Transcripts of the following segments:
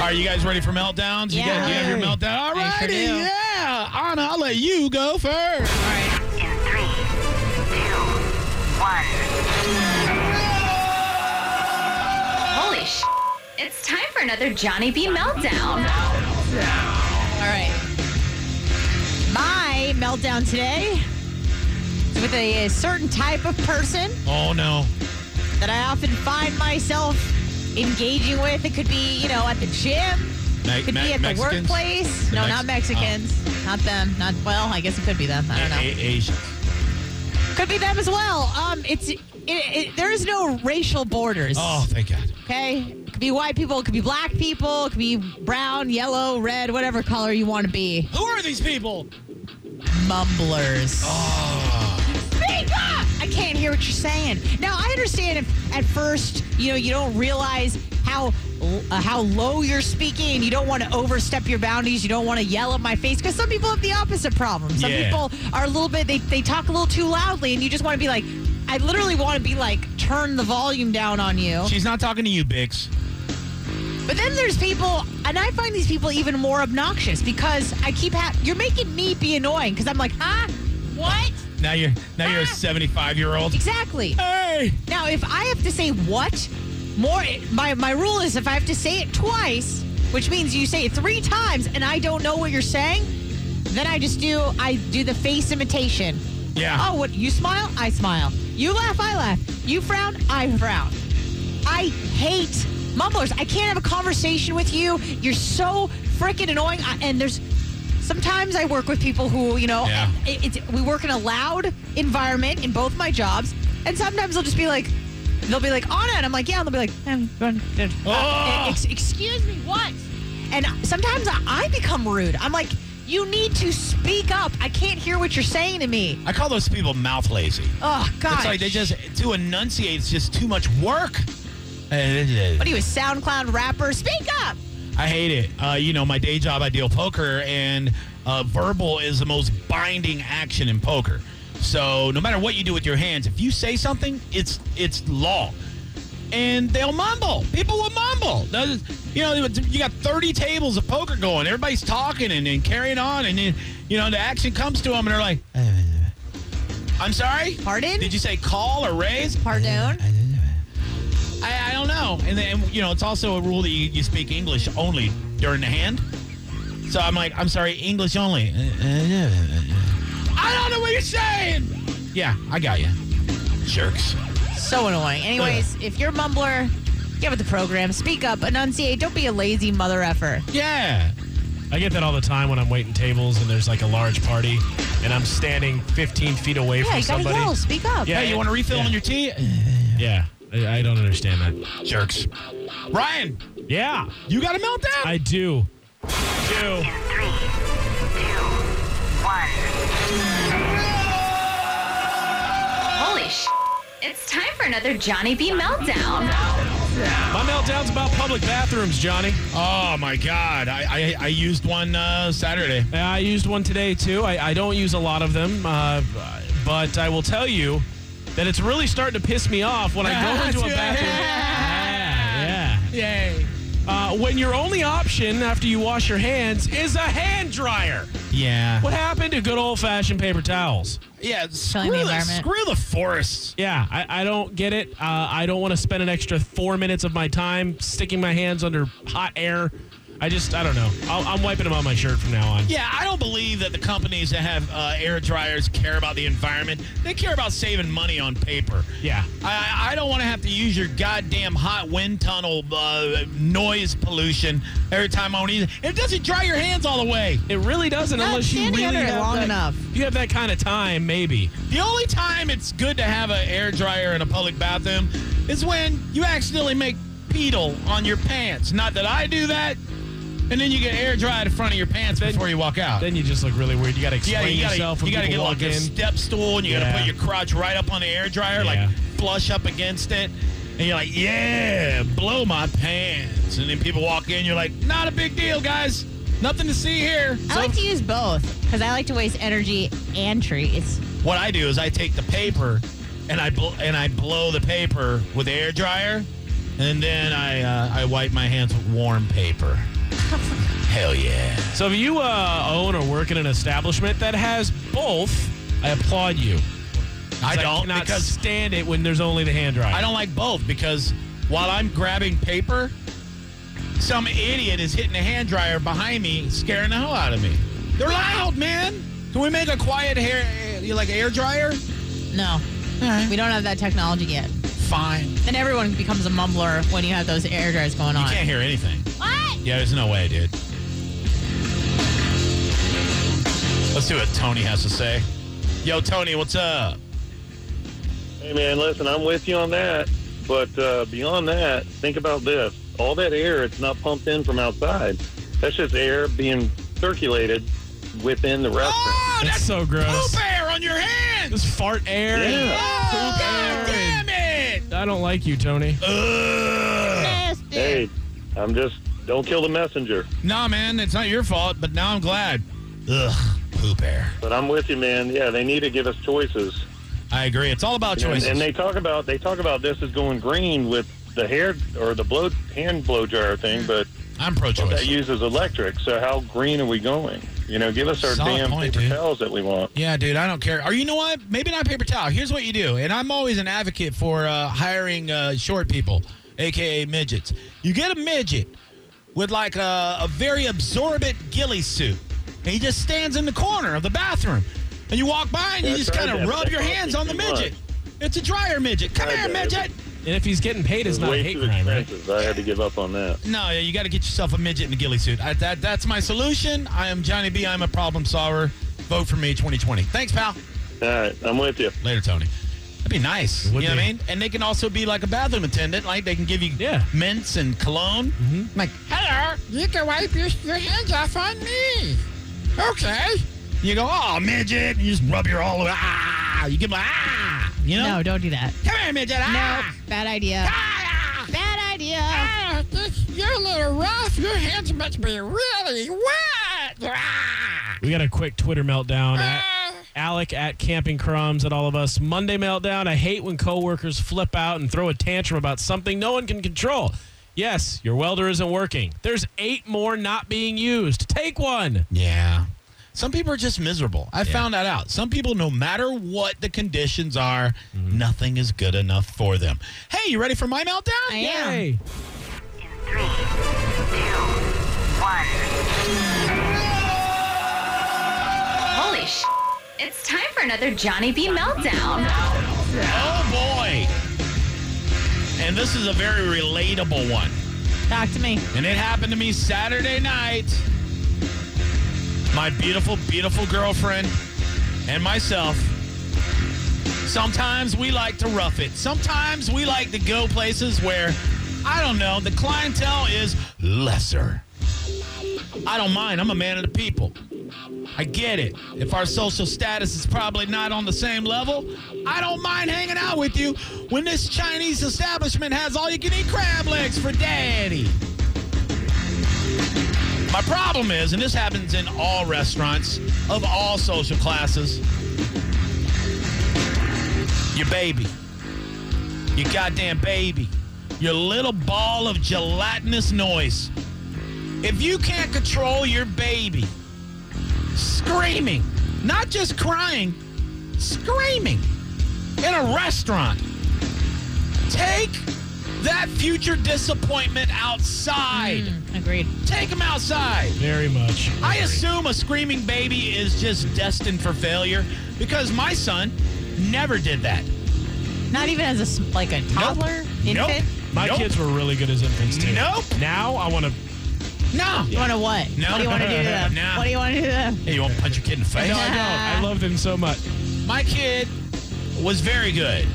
Are you guys ready for meltdowns? You, Yeah. guys, you have your meltdown. All I sure righty, do. yeah. Anna, I'll let you go first. All right. In three, two, one. Holy sh! It's time for another Johnny B meltdown. All right. My meltdown today is with a, a certain type of person Oh no. that I often find myself engaging with. It could be, you know, at the gym. Me- It could me- be at Mexicans? the workplace. The no, Mex- oh. not Mexicans. Not them. Not well. I guess it could be them. I don't know. A- A- Asians. eh. Could be them as well. Um, it's it, it, there is no racial borders. Oh, thank God. Okay, it could be white people. It could be black people. It could be brown, yellow, red, whatever color you want to be. Who are these people? mumblers. Speak up! I can't hear what you're saying. Now I understand if at first you know you don't realize how l- uh, how low you're speaking and you don't want to overstep your boundaries. You don't want to yell at my face because some people have the opposite problem. Some Yeah. people are a little bit they they talk a little too loudly and you just want to be like. I literally want to be like, turn the volume down on you. She's not talking to you, Bix. But then there's people, and I find these people even more obnoxious because I keep ha- you're making me be annoying because I'm like, huh? What? Now you're now you're a Ah. 75 year old. Exactly. Hey. Now, if I have to say what more, my my rule is if I have to say it twice, which means you say it three times, and I don't know what you're saying, then I just do I do the face imitation. Yeah. Oh, what you smile, I smile. You laugh, I laugh. You frown, I frown. I hate mumblers. I can't have a conversation with you. You're so freaking annoying. I, and there's sometimes I work with people who, you know, Yeah. it, it's, we work in a loud environment in both my jobs, and sometimes they'll just be like, they'll be like Anna, and I'm like, yeah, and they'll be like, um, um, um, Oh. uh, ex- excuse me, what? And sometimes I, I become rude. I'm like, you need to speak up. I can't hear what you're saying to me. I call those people mouth lazy. Oh God! It's like they just to enunciate is just too much work. What are you, a SoundCloud rapper? Speak up. I hate it. Uh, you know, my day job, I deal poker, and uh, verbal is the most binding action in poker. So no matter what you do with your hands, if you say something, it's it's law. And they'll mumble. People will mumble. Those- You know, you got 30 tables of poker going. Everybody's talking and, and carrying on, and then you know the action comes to them, and they're like, "I'm sorry, Pardon? Did you say call or raise? Pardon? I, I don't know. And then, you know, it's also a rule that you, you speak English only during the hand. So I'm like, I'm sorry, English only. Uh, I don't know what you're saying. Yeah, I got you. Jerks. So annoying. Anyways, if you're a mumbler, get with the program. Speak up. Enunciate. Don't be a lazy mother effer. Yeah. I get that all the time when I'm waiting tables and there's like a large party and I'm standing 15 feet away Yeah, from you gotta somebody. yell. Speak up. Yeah. Hey, you want to refill Yeah. on your tea? Yeah, I, I don't understand that. Jerks. Ryan, Yeah, you got a meltdown? I do. In Do. three, two, one. Holy sh! It's time for another Johnny B meltdown. My meltdown's about public bathrooms, Johnny. oh my God, I I, I used one uh, Saturday. Uh, I used one today too. I, I don't use a lot of them, uh, but I will tell you that it's really starting to piss me off when I go into a bathroom. Yeah, yeah. Yay. Uh, when your only option after you wash your hands is a hand dryer. Yeah. What happened to good old fashioned paper towels? Yeah. the Screw the, environment. screw the forests. Yeah, I, I don't get it. Uh, I don't want to spend an extra four minutes of my time sticking my hands under hot air. I just, I don't know. I'll, I'm wiping them on my shirt from now on. Yeah, I don't believe that the companies that have uh, air dryers care about the environment. They care about saving money on paper. Yeah. I, I don't want to have to use your goddamn hot wind tunnel uh, noise pollution every time I want to use it. It doesn't dry your hands all the way. It really doesn't Not unless you standing really under it have long that- enough. You have that kind of time, maybe. The only time it's good to have an air dryer in a public bathroom is when you accidentally make pedal on your pants. Not that I do that. And then you get air dried in front of your pants before you walk out. Then you just look really weird. You got to explain Yeah, you gotta, yourself. when you gotta people get walk like a in. step stool and you Yeah. gotta put your crotch right up on the air dryer, Yeah. like flush up against it. And you're like, yeah, blow my pants. And then people walk in, you're like, not a big deal, guys. Nothing to see here. I So like to use both because I like to waste energy and treats. what I do is I take the paper and I bl- and I blow the paper with the air dryer, and then I uh, I wipe my hands with warm paper. Hell yeah! So if you uh, own or work in an establishment that has both, I applaud you. I don't cannot because stand it when there's only the hand dryer. I don't like both because while I'm grabbing paper, some idiot is hitting a hand dryer behind me, scaring the hell out of me. They're loud, man. Can we make a quiet hair, you like air dryer? No, we don't have that technology yet. Fine. You Then everyone becomes a mumbler when you have those air dryers going on. can't hear anything. What? Yeah, there's no way, dude. Let's see what Tony has to say. Yo, Tony, what's up? Hey man, listen, I'm with you on that. But uh, beyond that, think about this: all that air, it's not pumped in from outside. That's just air being circulated within the restaurant. Oh, That's that's so gross. poop air on your hands. Oh, Just fart air. and Yeah. poop God air and- damn it! I don't like you, Tony. Ugh. Nasty. Hey, I'm just don't kill the messenger. Nah, man, it's not your fault, but now I'm glad. Ugh, poop air. But I'm with you, man. Yeah, they need to give us choices. I agree. It's all about And, choices. and they talk about they talk about this is going green with the hair or the blow hand blow dryer thing, but I'm pro-choice. that uses electric. So how green are we going? You know, give us our Solid damn point, paper dude. towels that we want. yeah, dude, I don't care. Or you know what? Maybe not paper towel. Here's what you do. And I'm always an advocate for uh, hiring uh, short people, aka midgets. You get a midget with like a, a very absorbent ghillie suit, and he just stands in the corner of the bathroom, and you walk by and Yeah, you I just tried kind that, of but rub that your cost me hands on the too much. midget. It's a dryer midget. Come Tried here, that, midget. And if he's getting paid, it's It's not a way hate too crime, right? expensive. I had to give up on that. No, yeah, you got to get yourself a midget in a ghillie suit. I, that, that's my solution. I am Johnny B. I'm a problem solver. Vote for me 2020. Thanks, pal. All right, I'm with you. Later, Tony. That'd be nice. You know would what I be. mean? And they can also be like a bathroom attendant. Like they can give you Yeah. Mm-hmm. mints and cologne. Like, hello, you can wipe your, your hands off on me. Okay. You go, oh, midget. You just rub your all over. Ah. You give them, ah. You know? No, don't do that. Come here, midget. No, Ah. bad idea. Ah. Bad idea. Ah, this, you're a little rough. Your hands must be really wet. Ah. Uh. We got a quick Twitter meltdown at Alec at Camping Crumbs and all of us. Monday meltdown. I hate when coworkers flip out and throw a tantrum about something no one can control. Yes, your welder isn't working. There's eight more not being used. Take one. Yeah. Some people are just miserable. I found that out. Some people, no matter what the conditions are, Mm-hmm. nothing is good enough for them. Hey, you ready for my meltdown? I am. Hey. In three, two, one. Holy sh! It's time for another Johnny B meltdown. Oh, boy. And this is a very relatable one. Talk to me. And it happened to me Saturday night. My beautiful, beautiful girlfriend and myself. Sometimes we like to rough it. Sometimes we like to go places where, I don't know, the clientele is lesser. I don't mind. I'm a man of the people. I get it. If our social status is probably not on the same level, I don't mind hanging out with you when this Chinese establishment has all you can eat crab legs for daddy. My problem is, and this happens in all restaurants of all social classes, your baby, your goddamn baby, your little ball of gelatinous noise. If you can't control your baby screaming, not just crying, screaming in a restaurant, take that future disappointment outside. Mm. Agreed. Take him outside. Very much. I assume a screaming baby is just destined for failure because my son never did that. Not even as a s- like a toddler, Nope. infant. My Nope. kids were really good as infants too. Nope. Now I want to. No. You want to what? No. What do you want to do to them? Nah. What do you want to do to them? Hey, you want to punch your kid in the face? No, I don't. I love them so much. My kid was very good.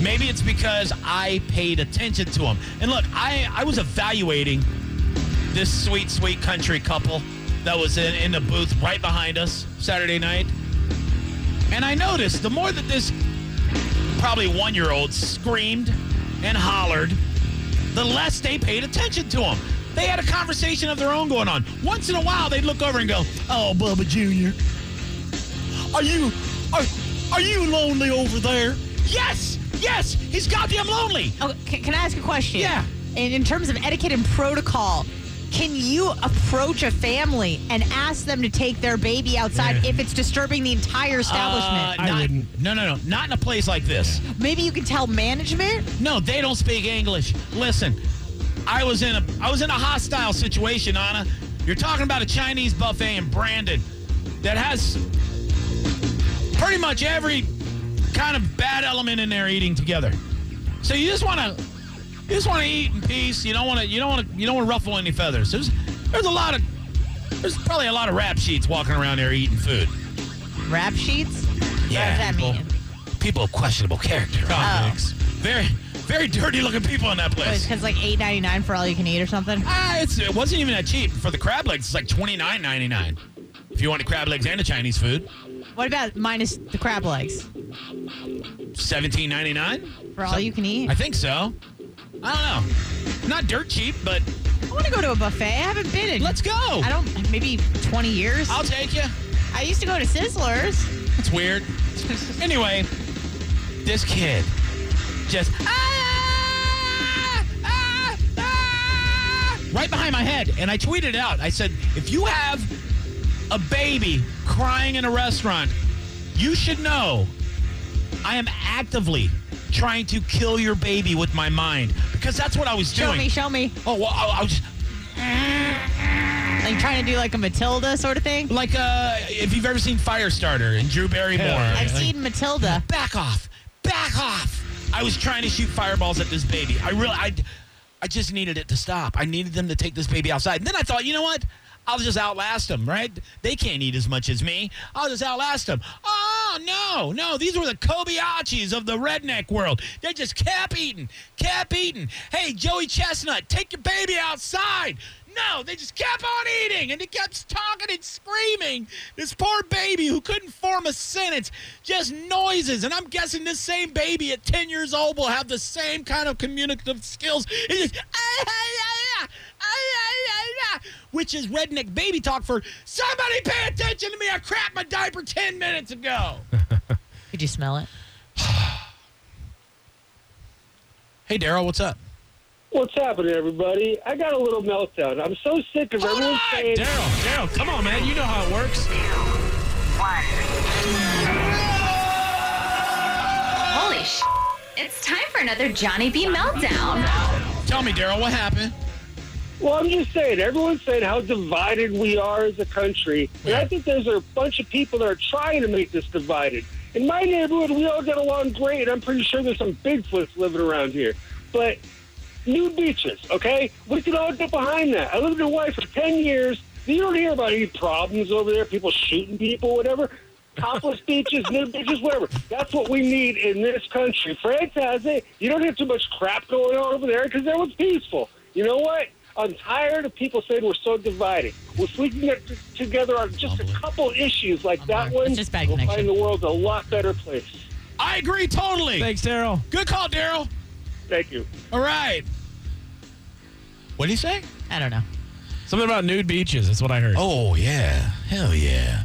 Maybe it's because I paid attention to them. And look, I, I was evaluating this sweet, sweet country couple that was in, in the booth right behind us Saturday night. And I noticed the more that this probably one year old screamed and hollered, the less they paid attention to him. They had a conversation of their own going on. Once in a while, they'd look over and go, Oh, Bubba Jr., are you are, are you lonely over there? Yes, yes, he's goddamn lonely. Oh, can, can I ask a question? Yeah. In, in terms of etiquette and protocol, can you approach a family and ask them to take their baby outside if it's disturbing the entire establishment? Uh, I not- wouldn't. No, no, no, not in a place like this. Maybe you can tell management. No, they don't speak English. Listen, I was in a I was in a hostile situation, Anna. You're talking about a Chinese buffet in Brandon that has pretty much every kind of bad element in there eating together. So you just want to you just want to eat in peace. You don't want to you don't want to you don't want to ruffle any feathers. There's there's a lot of there's probably a lot of rap sheets walking around there eating food. Rap sheets? What does that people, mean? Oh. people of questionable character. Comics. Very, very dirty looking people in that place. Because like eight ninety nine for all you can eat or something. Ah, it's, it wasn't even that cheap. For the crab legs, it's like twenty nine ninety nine. If you want the crab legs and the Chinese food, What about minus the crab legs seventeen ninety nine. for all you can eat? I think so. I don't know. Not dirt cheap, but I want to go to a buffet. I haven't been in. let's go. I don't. Maybe twenty years. I'll take you. I used to go to Sizzlers. It's weird. Anyway, this kid just ah, ah, ah, right behind my head, and I tweeted out. I said, "If you have a baby crying in a restaurant, you should know I am actively trying to kill your baby with my mind because that's what I was Show doing." me, show me. oh, well, I, I was just- Like trying to do like a Matilda sort of thing. like uh, if you've ever seen Firestarter and Drew Barrymore. I've like- seen Matilda. back off, back off. I was trying to shoot fireballs at this baby. I really, I, I just needed it to stop. I needed them to take this baby outside. And then I thought, you know what? I'll just outlast them, right? They can't eat as much as me. I'll just outlast them. Oh, no, no. These were the Kobayashis of the redneck world. They just kept eating, kept eating. Hey, Joey Chestnut, take your baby outside. No, they just kept on eating and they kept talking and screaming. This poor baby who couldn't form a sentence, just noises. And I'm guessing this same baby at 10 years old will have the same kind of communicative skills. It's just, "Ah, ah, ah, ah, ah, ah, ah, ah," which is redneck baby talk for somebody pay attention to me. I crapped my diaper 10 minutes ago. Could you smell it? hey, Daryl, what's up? What's happening, everybody? I got a little meltdown. I'm so sick of Hold everyone on, saying. Daryl, Daryl, come on, man. You know how it works. Holy sh! It's time for another Johnny B meltdown. Tell me, Daryl, what happened? Well, I'm just saying, everyone's saying how divided we are as a country. And I think there's a bunch of people that are trying to make this divided. In my neighborhood, we all get along great. I'm pretty sure there's some Bigfoots living around here. But new beaches, okay? We can all get behind that. I lived in Hawaii for 10 years. You don't hear about any problems over there, people shooting people, whatever. Topless beaches, new beaches, whatever. That's what we need in this country. France has it. You don't hear too much crap going on over there because everyone's peaceful. You know what? I'm tired of people saying we're so divided. If we can get t- together on just a couple issues like that one, It's just bad we'll connection. find the world a lot better place. I agree totally. Thanks, Daryl. Good call, Daryl. Thank you. All right. What do you say? I don't know. Something about nude beaches. That's what I heard. Oh, yeah. Hell yeah.